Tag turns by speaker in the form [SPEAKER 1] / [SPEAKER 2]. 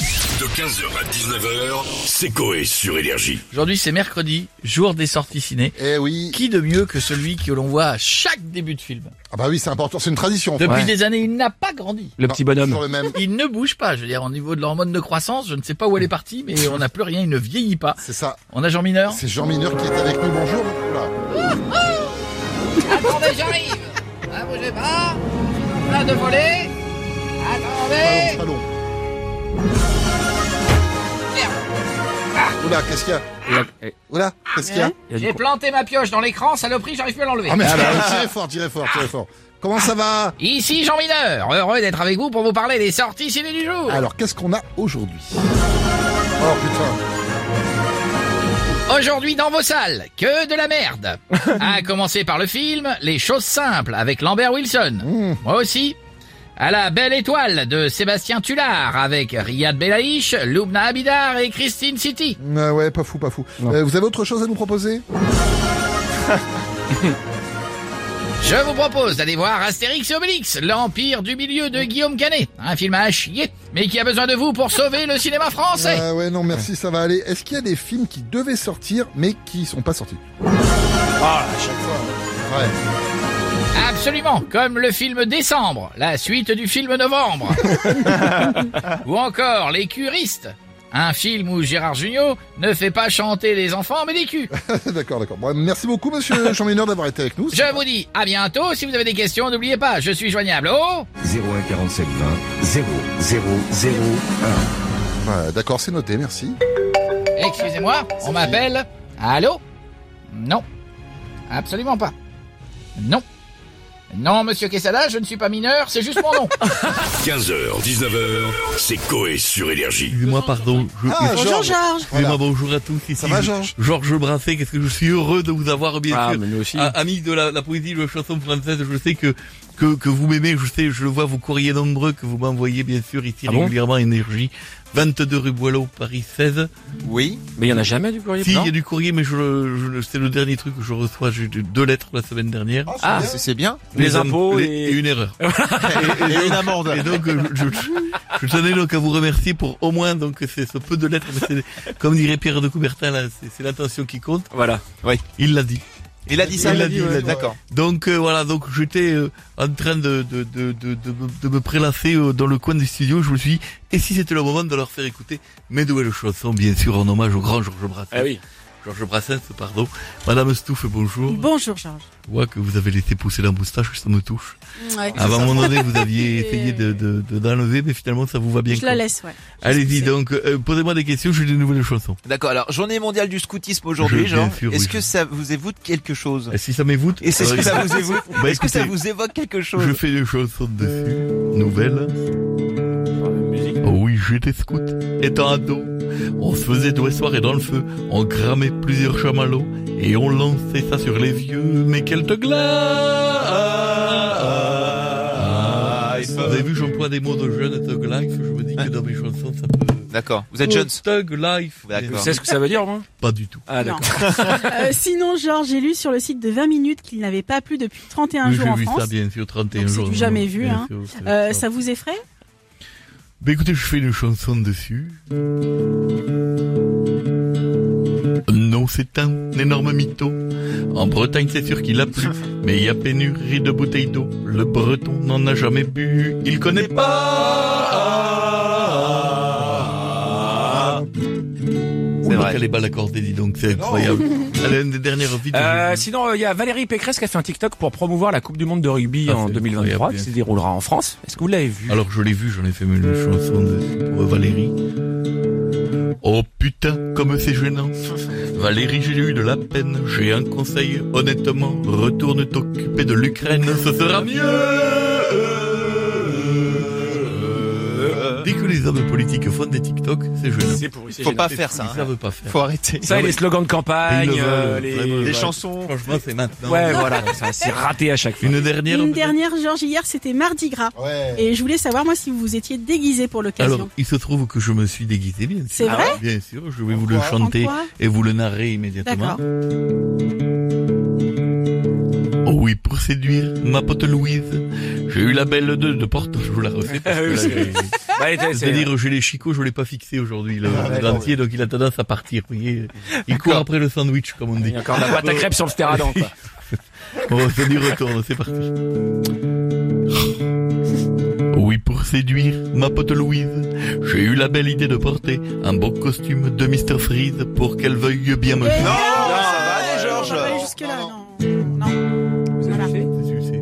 [SPEAKER 1] De 15h à 19h, c'est Coé sur Énergie.
[SPEAKER 2] Aujourd'hui, c'est mercredi, jour des sorties ciné.
[SPEAKER 3] Eh oui.
[SPEAKER 2] Qui de mieux que celui que l'on voit à chaque début de film
[SPEAKER 3] Ah bah oui, c'est important, c'est une tradition.
[SPEAKER 2] Depuis
[SPEAKER 3] Ouais.
[SPEAKER 2] des années, il n'a pas grandi.
[SPEAKER 4] Le
[SPEAKER 3] Non,
[SPEAKER 4] petit bonhomme.
[SPEAKER 3] toujours le même.
[SPEAKER 2] Il ne bouge pas, je veux dire, au niveau de l'hormone de croissance, je ne sais pas où elle est partie, mais on n'a plus rien, il ne vieillit pas.
[SPEAKER 3] C'est ça.
[SPEAKER 2] On a Jean Mineur
[SPEAKER 3] C'est Jean Mineur qui est avec nous. Bonjour. Oula.
[SPEAKER 5] Attendez, j'arrive Ne bougez pas Je suis en train de voler
[SPEAKER 3] Pas long,
[SPEAKER 5] Attendez
[SPEAKER 3] c'est pas long. Oula, qu'est-ce qu'il y a Oula, qu'est-ce qu'il y a
[SPEAKER 5] J'ai planté ma pioche dans l'écran, saloperie, j'arrive plus à l'enlever.
[SPEAKER 3] Ah mais tirez fort, tirez fort, tirez fort. Comment ça va
[SPEAKER 5] Ici Jean Mineur, heureux d'être avec vous pour vous parler des sorties ciné du jour.
[SPEAKER 3] Alors, qu'est-ce qu'on a aujourd'hui Oh putain.
[SPEAKER 5] Aujourd'hui dans vos salles, que de la merde. à commencer par le film Les choses simples avec Lambert Wilson. Moi aussi. À la belle étoile de Sébastien Tullard avec Riyad Belaïch, Loubna Abidar et Christine City.
[SPEAKER 3] Euh, ouais, pas fou, pas fou. Euh, vous avez autre chose à nous proposer
[SPEAKER 5] Je vous propose d'aller voir Astérix et Obélix, l'Empire du milieu de Guillaume Canet. Un film à chier, mais qui a besoin de vous pour sauver le cinéma français.
[SPEAKER 3] Ah Ouais, non, merci, ça va aller. Est-ce qu'il y a des films qui devaient sortir mais qui sont pas sortis Ah, à chaque fois.
[SPEAKER 5] Absolument, comme le film Décembre, la suite du film Novembre. Ou encore Les Curistes, un film où Gérard Jugnot ne fait pas chanter les enfants mais les culs.
[SPEAKER 3] Ouais. d'accord, d'accord. Bon, merci beaucoup, monsieur Jean Mineur, d'avoir été avec nous.
[SPEAKER 5] Je vous dis à bientôt, si vous avez des questions, n'oubliez pas, je suis joignable au...
[SPEAKER 6] 01 47 20 0 0 01.
[SPEAKER 3] Ouais, D'accord, c'est noté, merci.
[SPEAKER 5] Excusez-moi, on m'appelle. Allô Non. Absolument pas. Non. Non, monsieur Quesada, je ne suis pas mineur, c'est juste mon nom.
[SPEAKER 1] 15h, 19h, c'est Coé sur Énergie.
[SPEAKER 7] Excusez-moi, pardon. Je-
[SPEAKER 3] Ah, Georges.
[SPEAKER 7] Excusez-moi, bonjour à tous. Ici,
[SPEAKER 3] Ça va, Georges
[SPEAKER 7] Georges Brassens, qu'est-ce que je suis heureux de vous avoir, bien
[SPEAKER 4] Ah,
[SPEAKER 7] sûr.
[SPEAKER 4] mais nous aussi.
[SPEAKER 7] Ah, Ami de la, la poésie, de la chanson française, je sais que, que, que vous m'aimez, je sais, je le vois, vos courriers nombreux que vous m'envoyez, bien sûr, ici
[SPEAKER 4] Ah bon
[SPEAKER 7] régulièrement, énergie. 22 rue Boileau, Paris 16.
[SPEAKER 4] Oui. Mais il y en a jamais du courrier
[SPEAKER 7] Si,
[SPEAKER 4] blanc
[SPEAKER 7] il y a du courrier, mais je, le- je, le- c'est le dernier truc que je reçois. J'ai eu deux lettres la semaine dernière.
[SPEAKER 4] Ah,
[SPEAKER 3] c'est
[SPEAKER 4] c'est bien. Les impôts
[SPEAKER 7] les-
[SPEAKER 4] et...
[SPEAKER 7] une erreur. Et donc, euh, je, je- je tenais donc à vous remercier pour au moins donc c'est ce peu de lettres, mais c'est- comme dirait Pierre de Coubertin, là, c'est- c'est l'attention qui compte.
[SPEAKER 4] Voilà.
[SPEAKER 7] Il l'a dit.
[SPEAKER 8] Il a dit ça,
[SPEAKER 7] Il l'a
[SPEAKER 3] dit,
[SPEAKER 7] dit, il
[SPEAKER 3] ouais,
[SPEAKER 7] l'a dit.
[SPEAKER 8] d'accord.
[SPEAKER 7] Donc euh, voilà, donc j'étais euh, en train de de de de, de, me- de me prélasser euh, dans le coin du studio. Je me suis dit, et si c'était le moment de leur faire écouter mes nouvelles chansons, bien sûr en hommage au grand Georges Brassens.
[SPEAKER 4] Ah oui.
[SPEAKER 7] Georges Brassens, pardon. Madame Stouff, bonjour.
[SPEAKER 9] Bonjour Georges.
[SPEAKER 7] Voix que vous avez laissé pousser la moustache, ça me touche.
[SPEAKER 9] Ouais.
[SPEAKER 7] À un moment donné, vous aviez
[SPEAKER 9] Et-
[SPEAKER 7] essayé de de de- d'enlever, mais finalement ça vous va bien.
[SPEAKER 9] Je la
[SPEAKER 7] comme-
[SPEAKER 9] laisse, ouais.
[SPEAKER 7] Allez-y donc, euh, posez-moi des questions, j'ai des nouvelles chansons.
[SPEAKER 8] D'accord, alors journée mondiale du scoutisme
[SPEAKER 7] Je-
[SPEAKER 8] aujourd'hui,
[SPEAKER 7] bien
[SPEAKER 8] Jean.
[SPEAKER 7] sûr,
[SPEAKER 8] Est-ce
[SPEAKER 7] oui,
[SPEAKER 8] que
[SPEAKER 7] je-
[SPEAKER 8] ça vous évoque quelque chose
[SPEAKER 7] Et si ça m'évoute,
[SPEAKER 8] Et c'est ce que ça vous évoque
[SPEAKER 7] Bah,
[SPEAKER 8] Est-ce que ça
[SPEAKER 7] écoutez,
[SPEAKER 8] vous évoque quelque chose
[SPEAKER 7] je fais des chansons dessus, nouvelles. Oh oui, j'étais scout, étant ado. On se faisait tous les soirs dans le feu, on cramait plusieurs chamallows, et on lançait ça sur les vieux, mais quelle te glace Vous avez vu, j'emploie des mots de jeune, Tug Life, je me dis
[SPEAKER 8] Hein
[SPEAKER 7] que dans mes chansons, ça peut...
[SPEAKER 8] D'accord, vous êtes jeunes.
[SPEAKER 7] Oh, Thug Life
[SPEAKER 8] D'accord.
[SPEAKER 7] bien
[SPEAKER 4] Tu
[SPEAKER 7] sûr.
[SPEAKER 4] sais ce que ça veut dire, moi
[SPEAKER 7] Pas du tout.
[SPEAKER 4] Ah,
[SPEAKER 9] Non.
[SPEAKER 4] d'accord.
[SPEAKER 9] Euh, sinon, Georges, j'ai lu sur le site de 20 minutes qu'il n'avait pas plu depuis 31
[SPEAKER 7] Oui,
[SPEAKER 9] jours en
[SPEAKER 7] J'ai vu
[SPEAKER 9] France.
[SPEAKER 7] ça, bien sûr, 31
[SPEAKER 9] Donc, c'est
[SPEAKER 7] jours.
[SPEAKER 9] du jamais
[SPEAKER 7] non,
[SPEAKER 9] vu,
[SPEAKER 7] bien
[SPEAKER 9] hein.
[SPEAKER 7] sûr, c'est
[SPEAKER 9] Euh,
[SPEAKER 7] ça.
[SPEAKER 9] ça vous effraie
[SPEAKER 7] Bah écoutez, je fais une chanson dessus. Non, c'est un énorme mytho. En Bretagne, c'est sûr qu'il a plu. Mais il y a pénurie de bouteilles d'eau. Le breton n'en a jamais bu. Il connaît pas. Oula,
[SPEAKER 8] C'est vrai.
[SPEAKER 7] qu'elle est mal accordée, dis donc, c'est incroyable. Elle est une des dernières vies.
[SPEAKER 4] Euh, sinon, euh, il y a Valérie Pécresse qui a fait un TikTok pour promouvoir la Coupe du Monde de rugby
[SPEAKER 7] Ah,
[SPEAKER 4] en
[SPEAKER 7] c'est
[SPEAKER 4] 2023
[SPEAKER 7] incroyable,
[SPEAKER 4] qui
[SPEAKER 7] bien.
[SPEAKER 4] se déroulera en France. Est-ce que vous l'avez vu
[SPEAKER 7] Alors je l'ai vu, j'en ai fait une chanson de- pour Valérie. Oh putain, comme c'est gênant. Valérie, j'ai eu de la peine. J'ai un conseil, honnêtement, retourne t'occuper de l'Ukraine, ce sera mieux. Dès que les hommes politiques font des TikTok, c'est gênant.
[SPEAKER 4] C'est pourri, c'est
[SPEAKER 8] Faut
[SPEAKER 4] génial.
[SPEAKER 8] pas faire ça.
[SPEAKER 7] Ils
[SPEAKER 8] hein.
[SPEAKER 7] savent pas faire.
[SPEAKER 8] Faut arrêter.
[SPEAKER 4] Ça, et les slogans de campagne,
[SPEAKER 7] Ils le
[SPEAKER 4] euh,
[SPEAKER 7] veulent,
[SPEAKER 4] les,
[SPEAKER 7] vraiment,
[SPEAKER 8] Les
[SPEAKER 7] ouais.
[SPEAKER 8] chansons.
[SPEAKER 7] Franchement, c'est maintenant.
[SPEAKER 4] Ouais, voilà, comme ça, c'est raté à chaque fois.
[SPEAKER 7] Une dernière.
[SPEAKER 9] Une
[SPEAKER 7] peut-être
[SPEAKER 9] dernière, Georges, hier c'était Mardi Gras.
[SPEAKER 3] Ouais.
[SPEAKER 9] Et je voulais savoir, moi, si vous vous étiez déguisé pour
[SPEAKER 7] Alors, ah
[SPEAKER 9] l'occasion.
[SPEAKER 7] il se trouve que je me suis déguisé, bien sûr.
[SPEAKER 9] C'est vrai
[SPEAKER 7] Bien sûr, je vais vous le
[SPEAKER 3] quoi
[SPEAKER 9] En
[SPEAKER 7] chanter.
[SPEAKER 9] quoi
[SPEAKER 7] et vous le narrez immédiatement.
[SPEAKER 9] D'accord.
[SPEAKER 7] Oh oui, pour séduire ma pote Louise. J'ai eu la belle de, de porte, je vous la refais. parce que là, j'ai- C'est-à-dire, chez les chicots, je l'ai pas fixé aujourd'hui, le dentier, donc il a tendance à partir, vous voyez. Il court après le sandwich, comme on dit.
[SPEAKER 4] Il y a encore de la boîte à crêpes sur le stéradon, quoi.
[SPEAKER 7] Bon, c'est du Oh, retourne, c'est parti. Oui, pour séduire ma pote Louise, j'ai eu la belle idée de porter un beau costume de Mr. Freeze pour qu'elle veuille bien
[SPEAKER 9] Non,
[SPEAKER 7] me
[SPEAKER 8] va aller, Georges.
[SPEAKER 9] Ah, On va aller jusque-là, non. Non. Voilà.
[SPEAKER 7] sucer.